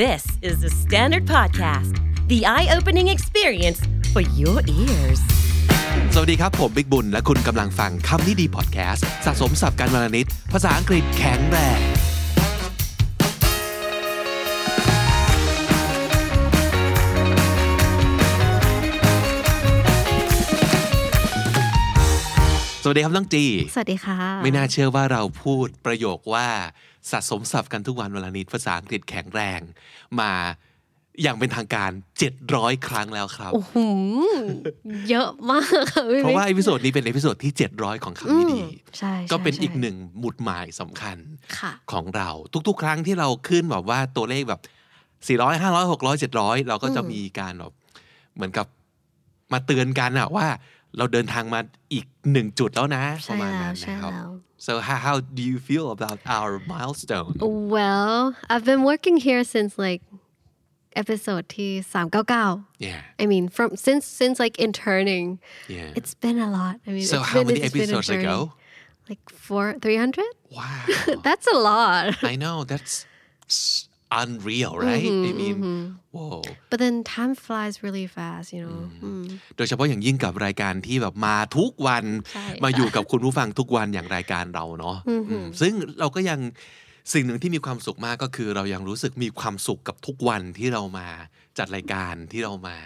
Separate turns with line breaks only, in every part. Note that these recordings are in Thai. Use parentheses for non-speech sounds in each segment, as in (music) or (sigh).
This is the Standard Podcast, the eye opening experience for your ears.
สวัสดีครับ ผมบิ๊กบุญ และคุณกำลังฟังคำนี้ดีพอดแคสต์สะสมสับการวลนิด ภาษาอังกฤษแข็งแรง สวัสดีครับน้องจี
สวัสดีค่ะ
ไม่น่าเชื่อว่าเราพูดประโยคว่าสะสมศัพท์กันทุกวันเวลานิดภาษาอังกฤษแข็งแรง มาอย่างเป็นทางการ 700 ครั้งแล้วครับ
โอ้โห เยอะมากค่พี่
เพราะว่า
บิ๊ก
เอพิโซดนี้เป็นเอพิโซดที่ 700 ของคำ
อื
นี้
ม
ดี
ใช่ใช่
ก็เป็นอีก
ใช่
หนึ่งหมุดหมายสำคัญ
ค่ะ
ของเรา ทุกๆ ครั้งที่เราขึ้นแบบว่าตัวเลขแบบ 400 500 600 700 เราก็จะ
อืม
มีการแบบเหมือนกับมาเตือนกันอะว่าเราเดินทางมาอีกหนึ่งจุดแล้วนะป
ใช่
ระมาณ
แล้ว
นั้น
ใช่
นะครับ
แล้ว
so how, how do you feel about our milestone
well I've been working here since like episode ที่399
yeah
I mean from since since like interning
yeah
it's been a lot I mean
so
it's
how
been-
many
it's been a
episodes
journey.
ago
like four 300
wow
that's a lot (laughs)
I know that's s- unreal right I mean whoa
but then time flies really fast you know อืม
โดยเฉพาะอย่างยิ่งกับรายการที่แบบมาทุกวัน
ใช่
มาอยู่กับคุณผู้ฟังทุกวันอย่างรายการเราเนาะอืมซึ่งเราก็ยังสิ่งหนึ่งที่มีความสุขมากก็คือเรายังรู้สึกมีความสุขกับทุกวันที่เรามาจัดรายการที่เรามา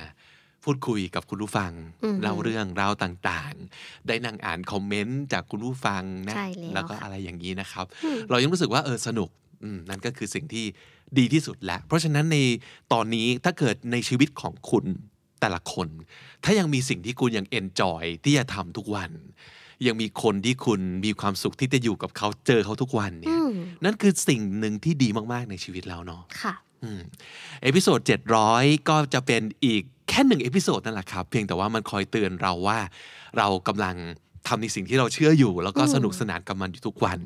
พูดคุยกับคุณผู้ฟัง
อือฮึ
เล่าเรื่องราวต่างๆ ได้นั่งอ่านคอมเมนต์จากคุณผู้ฟังนะ
ใช่แล้ว
ก็
ค่ะ
อะไรอย่างนี้นะครับ เรายังรู้สึกว่าเออสนุกอืมนั่นก็คือสิ่งที่ดีที่สุดแล้ว เพราะฉะนั้นในตอนนี้ถ้าเกิดในชีวิตของคุณแต่ละคน ถ้ายังมีสิ่งที่คุณยังเอนจอยที่จะทำทุกวัน ยังมีคนที่คุณมีความสุขที่จะอยู่กับเขาเจอเขาทุกวันเนี่ย
อืม
นั่นคือสิ่งหนึ่งที่ดีมาก ๆ ในชีวิตแล้วเนาะ
ค่ะ
อืมเอพิโซด700 ก็จะเป็นอีกแค่หนึ่งเอพิโซดนั่นแหละครับ เพียงแต่ว่ามันคอยเตือนเราว่า เรากำลังทำในสิ่งที่เราเชื่ออยู่ แล้วก็สนุกสนานกับมันอยู่ทุกวัน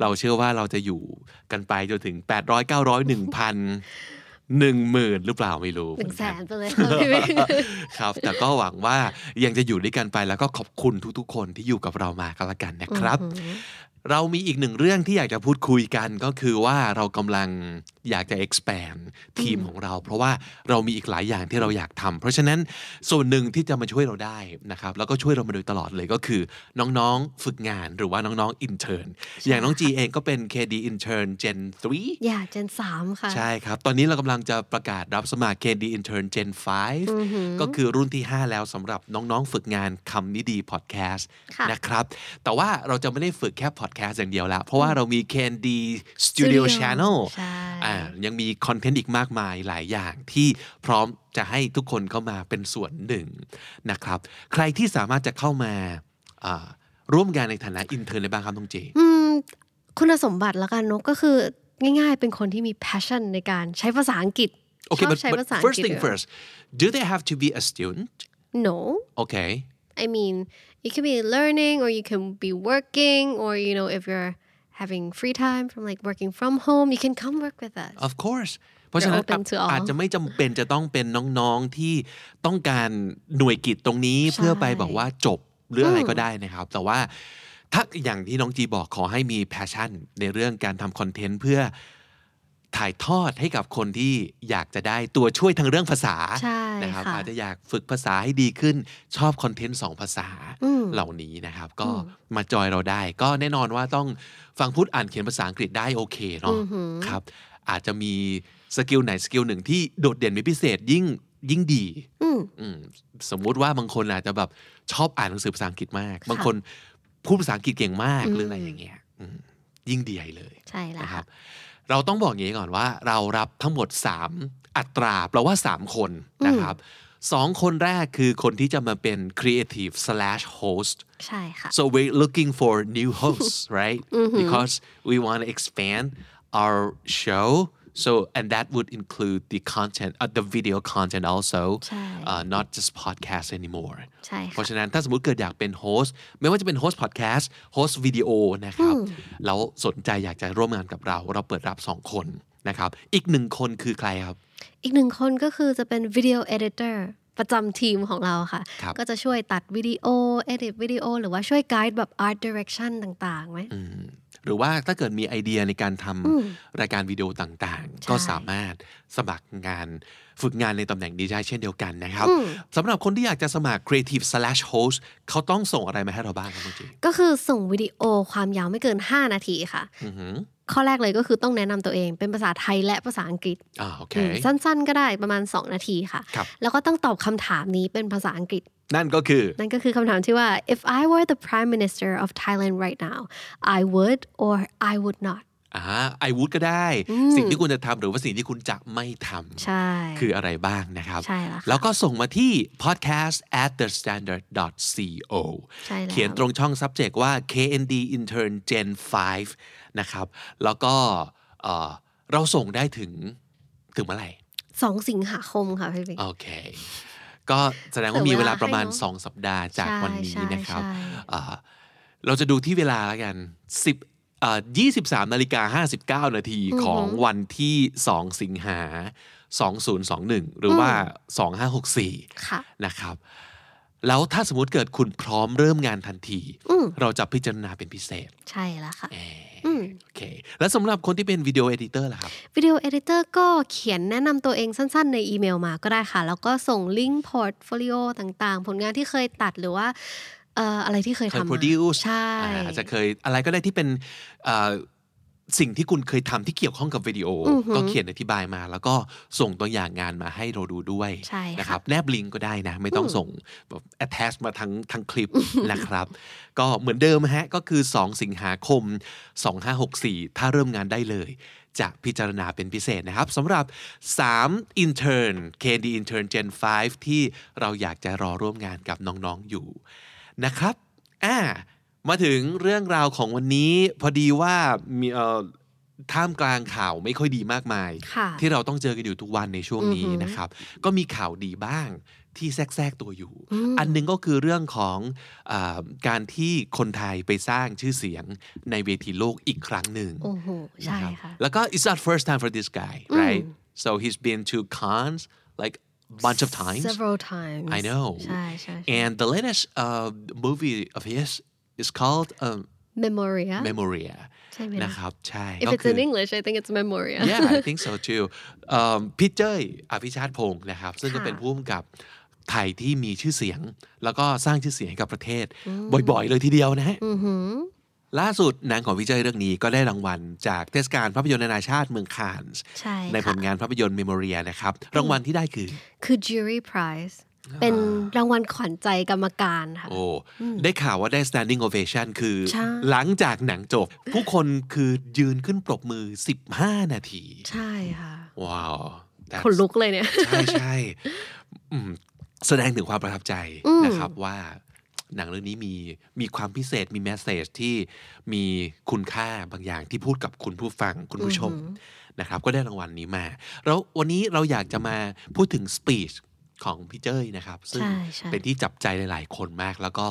เราเชื่อว่าเราจะอยู่กันไปจนถึง 800 900 1,000 10,000 หรือเปล่าไม่รู้
หนึ่งแสนไป (laughs) เลยค่ะพี่บิ๊ก
(laughs) ครับ แต่ก็หวังว่ายังจะอยู่ด้วยกันไปแล้วก็ขอบคุณทุกๆ คนที่อยู่กับเรามากันละกันนะครับ เรามีอีกหนึ่งเรื่องที่อยากจะพูดคุยกันก็คือว่าเรากำลังอยากจะ expand ทีมของเรา เพราะว่าเรามีอีกหลายอย่างที่เราอยากทำเพราะฉะนั้นส่วนหนึ่งที่จะมาช่วยเราได้นะครับแล้วก็ช่วยเรามาโดยตลอดเลยก็คือน้องๆฝึกงานหรือว่าน้องๆ intern อย่างน้องจีเองก็เป็น KD intern Gen 3
อย่าเจนสามค่ะ
ใช่ครับ ตอนนี้เรากำลังจะประกาศรับสมัคร KD Intern Gen 5 ก็คือรุ่นที่ 5 แล้วสำหรับน้องๆ ฝึกงานคำนี้ดีพอดแคสต์
ค่ะ
นะครับ แต่ว่าเราจะไม่ได้ฝึกแค่พอดแคสต์อย่างเดียวแล้ว เพราะว่าเรามี KD Studio
Studio
Channel
ใช่
อ่ายังมีคอนเทนต์อีกมากมายหลายอย่างที่พร้อมจะให้ทุกคนเข้ามาเป็นส่วนหนึ่งนะครับ ใครที่สามารถจะเข้ามาอ่าร่วมงานในฐานะอินเทอร์ได้บ้างครับน้องเจ
อืมคุณสมบัติแล้วกันนกก็คือง่ายๆ เป็นคนที่มี passion ในการใช้ภาษาอังกฤษ
Okay,
ชอบ
but,
ใช้
but
ภาษาอัง
first
กฤษ
thing
เยอะ
first, do they have to be a student?
No
Okay.
I mean you can be learning or you can be working or you know if you're having free time from like working from home you can come work with us
Of course เพราะฉะนั้น
We're open to all
อาจจะไม่จำเป็นจะต้องเป็นน้องๆที่ต้องการหน่วยกิจตรงนี้เพื่อไปบอกว่าจบหรืออะไรก็ได้นะครับ แต่ว่าถ้าอย่างที่น้องจีบอกขอให้มี passion ในเรื่องการทำคอนเทนต์เพื่อถ่ายทอดให้กับคนที่อยากจะได้ตัวช่วยทางเรื่องภาษา
ใช่
นะครับ
ค่ะ
อาจจะอยากฝึกภาษาให้ดีขึ้นชอบคอนเทนต์สองภาษา
อืม
เหล่านี้นะครับ ก็มาจอยเราได้ ก็แน่นอนว่าต้องฟังพูดอ่านเขียนภาษาอังกฤษได้โอเคเนาะครับ อาจจะมีสกิลไหนสกิลหนึ่งที่โดดเด่นเป็นพิเศษยิ่งยิ่งดี
อืม
อืมสมมุติว่าบางคนอาจจะแบบชอบอ่านหนังสือภาษาอังกฤษมาก บางคนพูดภาษาอังกฤษเก่งมากหรืออะไรอย่างเงี้ยอืมยิ่งดีใหญ่เลย
ใช่แล้ว
นะครั
ค่ะ
บ เราต้องบอกอย่างนี้ก่อนว่า เรารับทั้งหมด 3 อัตราแปลว่า 3 คนนะครับสองคนแรกคือคนที่จะมาเป็น creative slash host
ใช่ค่ะ
So we're looking for new hosts, right? Because we want to expand our show. So and that would include the content, uh, the video content also,
ใช่
uh, not just podcast anymore.
ใช่
เพ
ค่ะ
ราะฉะนั้นถ้าสมมติเกิดอยากเป็นโฮสต์ไม่ว่าจะเป็นโฮสต์พอดแคสต์โฮสต์วิดีโอนะครับ แล้วสนใจอยากจะร่วมงานกับเรา เราเปิดรับ 2 คนนะครับ อีกหนึ่งคนคือใครครับ
อีกหนึ่งคนก็คือจะเป็นวิดีโอเอดิเตอร์ประจำทีมของเราค่ะ
ครับ
ก็จะช่วยตัดวิดีโอ edit วิดีโอ หรือว่าช่วยไกด์แบบ art direction ต่างๆไหม
หรือว่าถ้าเกิดมีไอเดียในการทำรายการวิดีโอต่างๆ ก็สามารถสมัครงานฝึกงานในตำแหน่งนี้ได้เช่นเดียวกันนะครับสำหรับคนที่อยากจะสมัคร creative slash host เขาต้องส่งอะไรมาให้เราบ้างครับคุณจี
ก็คือส่งวิดีโอความยาวไม่เกิน 5 นาทีค่ะ
อือหือ
ข้อแรกเลยก็คือต้องแนะนำตัวเองเป็นภาษาไทยและภาษาอังกฤษ
อ่าโอเค
อืมสั้นๆ ก็ได้ประมาณ 2 นาทีค่ะ
ครับ
แล้วก็ต้องตอบคำถามนี้เป็นภาษาอังกฤษ
นั่นก็คือ
นั่นก็คือคำถามที่ว่า if I were the prime minister of Thailand right now I would or I would not
อ่าไอวูดก็ได้ สิ่งที่คุณจะทำหรือว่าสิ่งที่คุณจะไม่ท
ใช่
ำคืออะไรบ้างนะครับ
ใช่แล้วค่ะ
แล้วก็ส่งมาที่ podcast at the standard co
ใช่แล้ว
เขียนตรงช่อง subject ว่า KND intern Gen 5 นะครับ แล้วก็เอ่อเราส่งได้ถึงถึงเมื่อไหร่
สองสิงหาคมค่ะพี่บิ๊ก
โอเค ก็แสดงว่า
เหลื
มี
อ
เว
เว
ลา
ลา
ประมาณ
ให้เนอะ
2 สัปดาห์จาก
ใช่
วันนี้
ใช่
นะครับ
ใช่
อ่าเราจะดูที่เวลาแล้วกัน 10เอ่อ23นาฬิกา59 นาทีของวันที่ 2 สิงหา 2021 หรือว่า 2564
ค่ะ
นะครับ แล้วถ้าสมมติเกิดคุณพร้อมเริ่มงานทันที
อืม
เราจะพิจารณาเป็นพิเศษ
ใช่แล้วค่ะ
เอ่ออ
อืม
โอเค แล้วสำหรับคนที่เป็นวิดีโอเอดิเตอร์ล่ะครับ
วิดีโอเอดิเตอร์ก็เขียนแนะนำตัวเองสั้นๆ ในอีเมลมาก็ได้ค่ะ แล้วก็ส่งลิงก์พอร์ตโฟลิโอต่างๆ ผลงานที่เคยตัดหรือว่าเอ่ออะไรที่เคย
เคย
ทำมา
produce
ใช่
อ่าอาจจะเคยอะไรก็ได้ที่เป็นเอ่อสิ่งที่คุณเคยทำที่เกี่ยวข้องกับวิดีโออ
อหือ
ก็เขียนอธิบายมา แล้วก็ส่งตัวอย่างงานมาให้เราดูด้วย
ใช่ค่ะ
นะครับแนบลิงก์ก็ได้นะ ไม่ต้องส่งแบบ attach มาทั้งทั้งคลิปนะครับ ก็เหมือนเดิมฮะก็คือ 2 สิงหาคม 2564 ถ้าเริ่มงานได้เลย จะพิจารณาเป็นพิเศษนะครับสำหรับ 3 intern KD intern Gen 5 ที่เราอยากจะรอร่วมงานกับน้องๆอยู่ นะครับ อ่า มาถึงเรื่องราวของวันนี้พอดีว่ามีเอ่อท่ามกลางข่าวไม่ค่อยดีมากมาย
ค่ะ
ที่เราต้องเจอกันอยู่ทุกวันในช่วงนี้
อือหือ
นะครับ ก็มีข่าวดีบ้างที่แทรกๆตัวอยู่
อืม
อันหนึงก็คือเรื่องของอาการที่คนไทยไปสร้างชื่อเสียงในเวทีโลกอีกครั้งหนึ่ง
โอ้โห ใช่
นะครับ
ค่ะ
แล้วก็ uh, it's not first time for this guy
Mm.
right so he's been to cons like bunch of times
several times
I know
ใช่ใช่ใช่
And the latest uh, movie of his is called um,
memoria
Memoria
ใช่ไหมนะ
นะครับใช่
if
ก็
it's
คือ
in English I think it's memoria (laughs)
Yeah I think so too เอิ่มพี่เจ้ยอภิชาติพงศ์นะครับ ซึ่งก็
ค่ะ
เป็นผู้กำกับไทยที่มีชื่อเสียง แล้วก็สร้างชื่อเสียงให้กับประเทศ บ่อยๆ เลยทีเดียวนะฮะ
อือหือ
ล่าสุดหนางของพี่เจ้ยเรื่องนี้ก็ได้รางวัลจากเทศกาลภาพยนตร์นานาชาติเมืองคานส์
ใช่
ในผ
ค่ะ
ลงานภาพยนตร์ Memoria นะครับ รางวัลที่ได้คือ
คือ jury prize เป็นรางวัลขวัญใจกรรมการค่ะ
โอ้ ได้ข่าวว่าได้ standing ovation คือ
ใช่
หลังจากหนังจบ ผู้คนคือยืนขึ้นปรบมือ 15 นาที
ใช่ค่ะ
ว้าว That's-
ขนลุกเลยเนี่ย (laughs)
ใช่ใช่อืมแสดงถึงความประทับใจนะครับว่าหนังเรื่องนี้มีมีความพิเศษมีแมสเซจที่มีคุณค่าบางอย่างที่พูดกับคุณผู้ฟังคุณผู้ชมนะครับ ก็ได้รางวัลนี้มา แล้ววันนี้เราอยากจะมาพูดถึงสปีชของพี่เจ้ยนะครับ ซึ่ง
ใช่ใช่
เป็นที่จับใจหลาย ๆ คนมากแล้วก็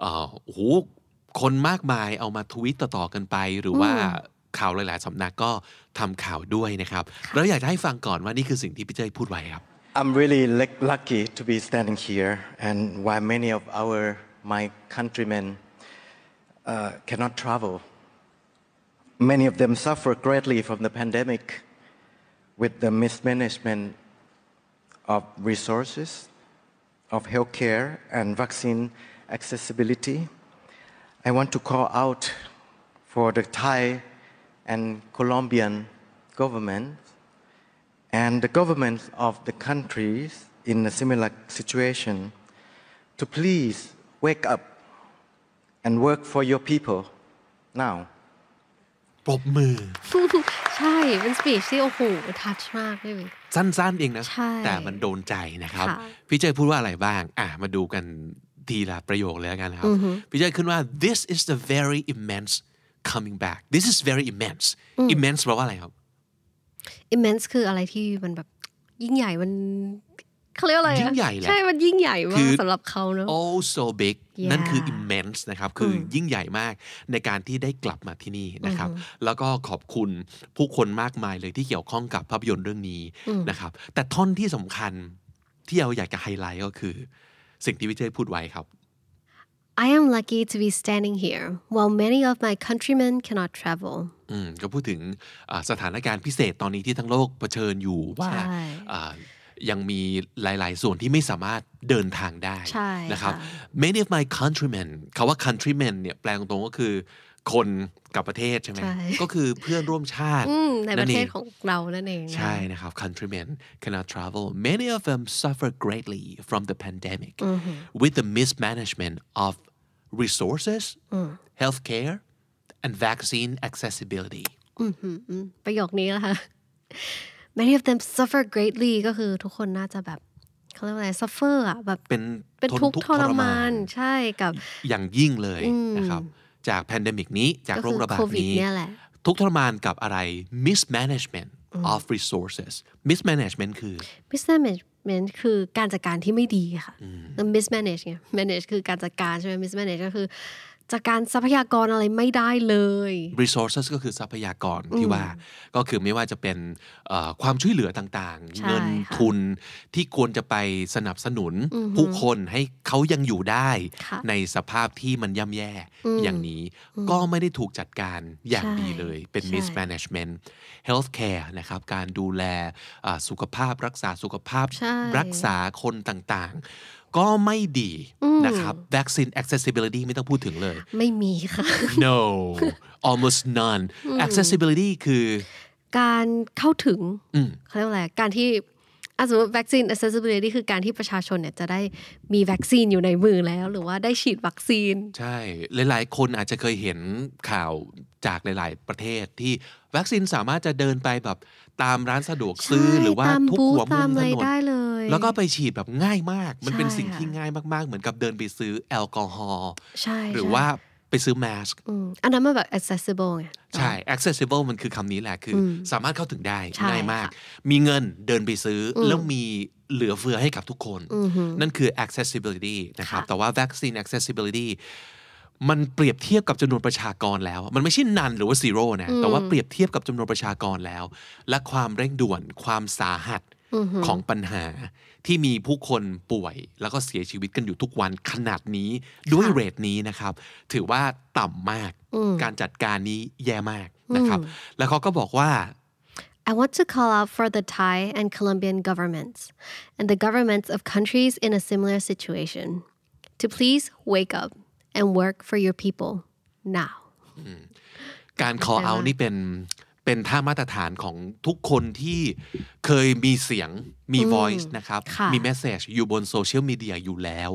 เอ่อโอ้โหคนมากมายเอามาทวิตต่อๆกันไป หรือว่าข่าวหลาย ๆสำนักก็ทำข่าวด้วยนะครับเราอยากจะให้ฟังก่อนว่านี่คือสิ่งที่พี่เจ้ยพูดไว้ครับ
I'm really luck- lucky to be standing here, and why many of our my countrymen uh, cannot travel. Many of them suffer greatly from the pandemic, with the mismanagement of resources, of healthcare and vaccine accessibility. I want to call out for the Thai and Colombian government and the governments of the countries in a similar situation to please wake up and work for your people now.
ปรบมือ
ใช่เป็นสปีชที่โอ้โหทัชมากเลย
สั้น ๆ เองนะ
ใช่
แต่มันโดนใจนะครับ
ค่ะ
พี่เจ้ยพูดว่าอะไรบ้าง อ่ะ มาดูกันทีละประโยคเลยแล้วกันนะครับ พี่เจ้ยขึ้นว่า this is the very immense coming back this is very immense immense แปลว่าอะไรครับ
immense คืออะไรที่มันแบบยิ่งใหญ่มันเขาเรียกว่าอะไรอะ
ยิ่งใหญ่แหละ
ใช่มันยิ่งใหญ่มา
คื
ก
อ
สำหรับเขาเนอะ
oh so big
Yeah
นั่นคือ immense นะครับ คือยิ่งใหญ่มากในการที่ได้กลับมาที่นี่นะครับ แล้วก็ขอบคุณผู้คนมากมายเลยที่เกี่ยวข้องกับภาพยนตร์เรื่องนี้นะครับ แต่ท่อนที่สำคัญที่เราอยากจะไฮไลท์ก็คือ สิ่งที่พี่เจ้ยพูดไว้ครับ
I am lucky to be standing here while many of my countrymen cannot travel.
อืมก็พูดถึงอ่าสถานการณ์พิเศษตอนนี้ที่ทั้งโลกเผชิญอยู่ว่า
ใช่
อ่ายังมีหลาย ๆ ส่วนที่ไม่สามารถเดินทางได้
ใช่
นะครับ
ค่ะ
many of my countrymen คาว่า countrymen เนี่ยแปลงตรงๆก็คือ คนกับประเทศใช่ไหม
ใช่
ก็คือเพื่อนร่วมชาติ
อืมในประเทศ
อง
ของเรานั่นเองนะ
ใช่นะครับ countrymen cannot travel many of them suffer greatly from the pandemic with the mismanagement of resources healthcare and vaccine accessibility
ประโยคนี้แหละค่ะ many of them suffer greatly ก็คือทุกคนน่าจะแบบเขาเรียกว่าอะไร suffer อ่ะแบบ
เป็น
เป็น
ทน
ทุกข์
ทุกข์
ทร
ทรมาม
าน นใช่กับ
อย่างยิ่งเลยนะครับ จาก pandemic นี้จากโรคระบาด
ก็คือโควิด
นี้
เนี่ยแหละ
ทุกข์ทรมานกับอะไร mismanagement of resources mismanagement คือ
mismanagement คือการจัดการที่ไม่ดีค่ะ mismanage ไง manage คือการจัดการใช่ไหม mismanage ก็คือจัดการทรัพยากรอะไรไม่ได้เลย
resources ก็คือทรัพยากรที่ว่าก็คือไม่ว่าจะเป็นเอ่อความช่วยเหลือต่างๆ
ใช่
เงิน
ค่ะ
ทุนที่ควรจะไปสนับสนุนผู้คนให้เขายังอยู่ได้
ค่ะ
ในสภาพที่มันย่ำแย่อย่างนี้ก็ไม่ได้ถูกจัดการอย่าง
ใช่
ดีเลยเป็น
ใช่
mismanagement healthcare นะครับการดูแลอ่าสุขภาพรักษาสุขภาพ
ใช่
รักษาคนต่างๆ ก็ไม่ดีนะครับ vaccine accessibility ไม่ต้องพูดถึงเลย
ไม่มีค่ะ
no almost none accessibility คือ
การเข้าถึงเขาเรียกว่าอะไร การที่อ่ะสมมติ vaccine accessibility คือการที่ประชาชนเนี่ยจะได้มีวัคซีนอยู่ในมือแล้ว หรือว่าได้ฉีดวัคซีน
ใช่ หลายๆ คนอาจจะเคยเห็นข่าวจากหลาย ๆ ประเทศที่วัคซีนสามารถจะเดินไปแบบตามร้านสะดวกซื้อ
ใช่
หรือว่า
ตาม
ทุก
บูธ
หัวมุ
ตาม
มถ
อะไร
นน
ได้เลย
แล้วก็ไปฉีดแบบง่ายมาก มันเป็น
ใช่
สิ่ง
ค่ะ
ที่ง่ายมากๆ เหมือนกับเดินไปซื้อแอลกอฮอล์
ใช่
หรือ
ใช่
ว่าไปซื้อแมสก์
อืมอันนั้นมันแบบ accessible ไง
ใช่ accessible มันคือคำนี้แหละ คืออสามารถเข้าถึงได้
ใช่
ง่ายมาก
ค่ะ
มีเงินเดินไปซื้ออแล้วมีเหลือเฟือให้กับทุกคน นั่นคือ accessibility นะครับ
ค่ะ
แต่ว่า vaccine accessibility มันเปรียบเทียบกับจำนวนประชากรแล้ว มันไม่ใช่นันหรือว่า zero นะ แต่ว่าเปรียบเทียบกับจำนวนประชากรแล้ว และความเร่งด่วน ความสาหัสของปัญหา ที่มีผู้คนป่วย แล้วก็เสียชีวิตกันอยู่ทุกวันขนาดนี้ด้วย
ค่ะ
เรทนี้นะครับ ถือว่าต่ำมาก การจัดการนี้แย่มากนะครับ แล้วเขาก็บอกว่า
I want to call out for the Thai and Colombian governments and the governments of countries in a similar situation to please wake up and work for your people now.
การ call out นี่เป็นเป็นท่ามาตรฐานของทุกคนที่เคยมีเสียงมี voice นะครับ
ค่ะ
มี message อยู่บนโซเชียลมีเดียอยู่แล้ว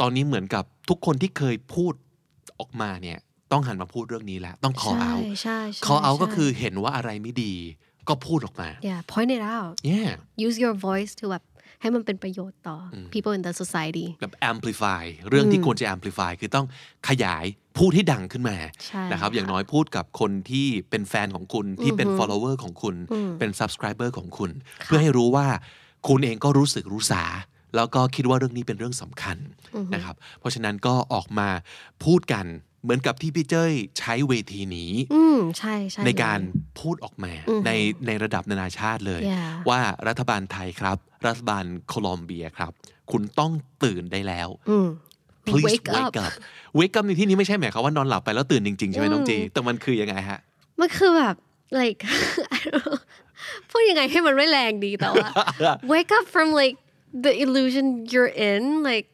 ตอนนี้เหมือนกับทุกคนที่เคยพูดออกมาเนี่ย ต้องหันมาพูดเรื่องนี้แล้ว ต้อง call out
ใช่ใช่
call out
ใช่
ก็คือเห็นว่าอะไรไม่ดี ก็พูดออกมา
yeah point it out
yeah
use your voice to แบบให้มันเป็นประโยชน์ต่ออ people in the society
แบบ amplify เรื่องที่ควรจะ amplify คือต้องขยายพูดให้ดังขึ้นมา
ใช่
นะครับ
ค่ะ
อย่างน้อยพูดกับคนที่เป็นแฟนของคุณที่เป็น follower ของคุณ เป็น subscriber ของคุณ เพื่อให้รู้ว่าคุณเองก็รู้สึกรู้สา แล้วก็คิดว่าเรื่องนี้เป็นเรื่องสำคัญนะครับ เพราะฉะนั้นก็ออกมาพูดกันเหมือนกับที่พี่เจ้ยใช้เวทีนี้
อืมใช่ใช่
ในการพูดออกมาในในระดับนานาชาติเลย
Yeah
ว่ารัฐบาลไทยครับ รัฐบาลโคลอมเบียครับ คุณต้องตื่นได้แล้ว please
Wake up
wake up wake up ในที่นี้ไม่ใช่หมายความว่านอนหลับไปแล้วตื่นจริง ๆ ใช่ไหมน้องจี แต่มันคือยังไงฮะ
มันคือแบบ like (laughs) I don't know พูดยังไงให้มันไม่แรงดีแต่
(laughs)
ว่า wake up from like the illusion you're in like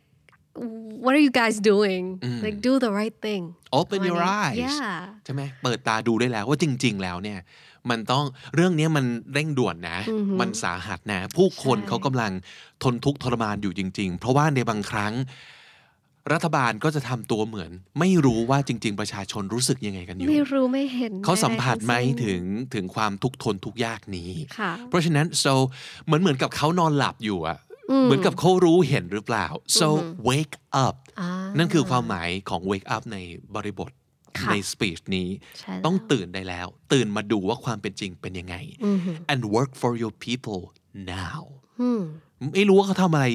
what are you guys doing like do the right thing
open your
ประมาณนี้
eyes
yeah
ใช่ไหมเปิดตาดูได้แล้วว่าจริง ๆ แล้วเนี่ย มันต้องเรื่องเนี้ยมันเร่งด่วนนะ มันสาหัสนะ ผู้คน
ใช่
เขากำลังทนทุกข์ทรมานอยู่จริง ๆ เพราะว่าในบางครั้ง รัฐบาลก็จะทำตัวเหมือน ไม่รู้ว่าจริง ๆ ประชาชนรู้สึกยังไงกันอยู่
ไม่รู้ไม่เห็น
เขาสัมผัสไหม
ใดๆ
ถึ
ทั้สิ้น
งถึงความทุกข์ทนทุกข์ยากนี้
ค่ะ
เพราะฉะนั้น so เหมือนเหมือนกับเขานอนหลับอยู่อะเหมือนกับเขารู้เห็นหรือเปล่า so wake up นั่นคือความหมายของ wake up ในบริบทใน speech นี้
ใช่แล้ว
ต้องตื่นได้แล้ว ตื่นมาดูว่าความเป็นจริงเป็นยังไง and work for your people now ไม่รู้ว่าเขาทำอะไร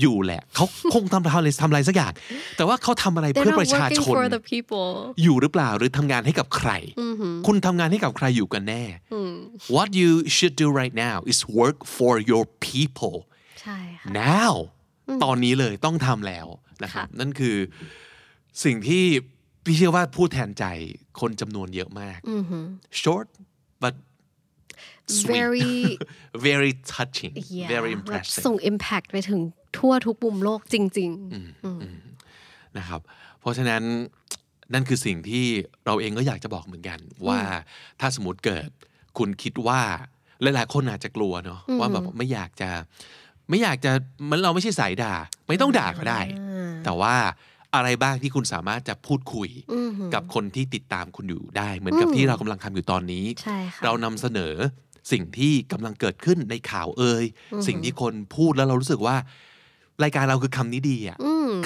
อยู่แหละ เขาคงทำอะไรทำอะไรสักอย่าง แต่ว่าเขาทำอะไร
they're
เพื่อ
not
ประชา
working
ชน
for the people
อยู่หรือเปล่าหรือทำงานให้กับใคร คุณทำงานให้กับใครอยู่กันแน่ What you should do right now is work for your people
ใช่ค่ะ
now ตอนนี้เลยต้องทำแล้วนะครับ นั่นคือ สิ่งที่พี่เชื่อว่าพูดแทนใจคนจำนวนเยอะมาก short but sweet
very
(laughs) very touching
yeah
very
แบบ
impressive
ส่ง impact ไปถึงทั่วทุกมุมโลกจริง
นะครับ เพราะฉะนั้นนั่นคือสิ่งที่เราเองก็อยากจะบอกเหมือนกัน ว่าถ้าสมมติเกิดคุณคิดว่าหลายๆคนอาจจะกลัวเนาะว่าแบบไม่อยากจะไม่อยากจะมันเราไม่ใช่สายด่า ไม่ต้องด่าก็ได้ แต่ว่าอะไรบ้างที่คุณสามารถจะพูดคุยกับคนที่ติดตามคุณอยู่ได้ เหมือนกับที่เรากำลังทำอยู่ตอนนี้
ใช่ค่ะ
เรานำเสนอสิ่งที่กำลังเกิดขึ้นในข่าวเอ่ยสิ่งที่คนพูดแล้วเรารู้สึกว่า รายการเราคือคำนี้ดีอ่ะ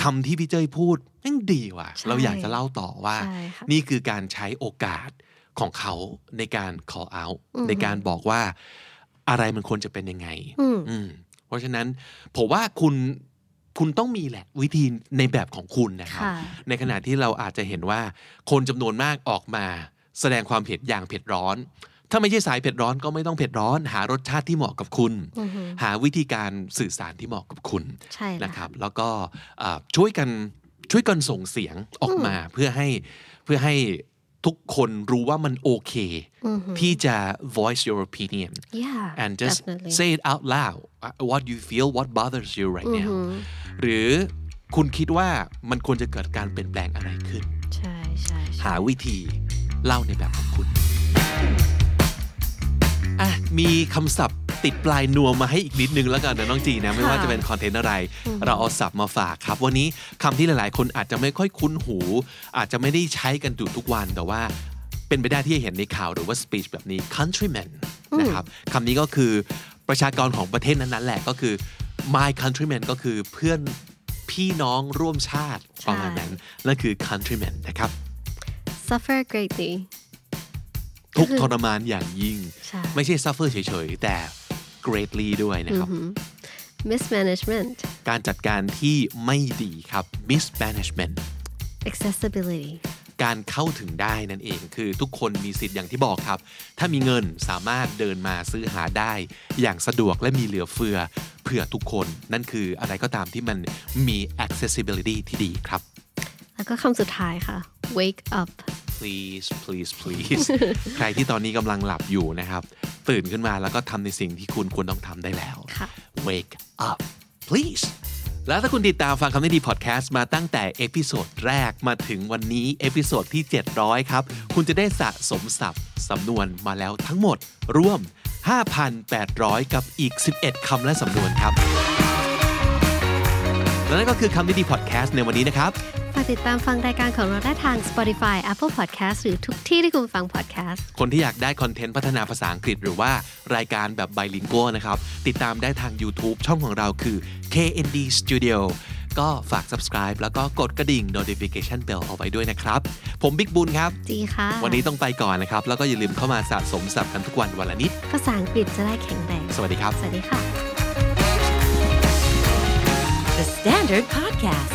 คำที่พี่เจ้ยพูดนั่งดีว่ะ
ใช่
เราอยากจะเล่าต่อว่า
ใช่ค่ะ
นี่คือการใช้โอกาสของเขาในการ call out ในการบอกว่าอะไรมันควรจะเป็นยังไงอืมเพราะฉะนั้นผมว่าคุณคุณต้องมีแหละวิธีในแบบของคุณนะครับ
ค่ะ
ในขณะที่เราอาจจะเห็นว่าคนจำนวนมากออกมา แสดงความเผ็ดอย่างเผ็ดร้อน ถ้าไม่ใช่สายเผ็ดร้อนก็ไม่ต้องเผ็ดร้อน หารสชาติที่เหมาะกับคุณ หาวิธีการสื่อสารที่เหมาะกับคุณ
ใช่แล้ว
นะครับ แล้วก็เอ่อช่วยกันช่วยกันส่งเสียงออกมาเพื่อให้เพื่อให้ทุกคนรู้ว่ามันโอเค ที่จะ voice your opinion
yeah
and just
definitely
say it out loud uh, what you feel what bothers you right now หรือคุณคิดว่ามันควรจะเกิดการเปลี่ยนแปลงอะไรขึ้น
ใช่ใช่ใช่
หาวิธีเล่าในแบบของคุณ อ่ะ มีคำศัพท์ติดปลายนวมมาให้อีกนิดนึงแล้วกันนะน้องจีนะ ไม่ว่าจะเป็นคอนเทนต์อะไร เราเอาศัพท์มาฝากครับ วันนี้คำที่หลายๆ คนอาจจะไม่ค่อยคุ้นหู อาจจะไม่ได้ใช้กันอยู่ทุกวันแต่ว่าเป็นไปได้ที่จะเห็นในข่าวหรือว่าสปีชแบบนี้ countryman นะครับคำนี้ก็คือประชากรของประเทศนั้นๆแหละก็คือ my countryman ก็คือเพื่อนพี่น้องร่วมชาติประมาณนั้นนั่นคือ countryman นะครับ
suffer greatly
ทุกข์ทรมานอย่างยิ่ง
ใช่
ไม่ใช่ suffer เฉยๆ แต่ greatly ด้วยนะครับ
mismanagement
การจัดการที่ไม่ดีครับ mismanagement
accessibility
การเข้าถึงได้นั่นเอง คือทุกคนมีสิทธิ์อย่างที่บอกครับ ถ้ามีเงินสามารถเดินมาซื้อหาได้ อย่างสะดวกและมีเหลือเฟือเผื่อทุกคน นั่นคืออะไรก็ตามที่มันมี accessibility ที่ดีครับ
แล้วก็คำสุดท้ายค่ะ wake up
please please
(laughs)
please ใครที่ตอนนี้กำลังหลับอยู่นะครับ ตื่นขึ้นมาแล้วก็ทำในสิ่งที่คุณควรต้องทำได้แล้ว
ค่ะ
wake up please แล้วถ้าคุณติดตามฟังคำนี้ดีพอดแคสต์มาตั้งแต่เอพิโซดแรกมาถึงวันนี้ เอพิโซดที่ 700 ครับ คุณจะได้สะสมศัพท์สำนวนมาแล้วทั้งหมด รวม 5,800 กับอีก 11 คำและสำนวนครับ และนั่นก็คือคำนี้ดีพอดแคสต์ในวันนี้นะครับ
ฝากติดตามฟังรายการของเราได้ทาง Spotify Apple Podcast หรือทุกที่ที่คุณฟัง podcast
คนที่อยากได้คอนเทนต์พัฒนาภาษาอังกฤษหรือว่ารายการแบบไบลิงโกนะครับ ติดตามได้ทาง YouTube ช่องของเราคือ KND Studio ก็ฝาก subscribe แล้วก็กดกระดิ่ง notification bell เอาไว้ด้วยนะครับ ผมบิ๊กบุญครับ
ดีค่ะ
วันนี้ต้องไปก่อนนะครับ แล้วก็อย่าลืมเข้ามาสะสมศัพท์กันทุกวันวันละนิด
ภาษาอังกฤษจะได้แข็งแรง
สวัสดีครับ
สวัสดีค่ะ
The Standard Podcast,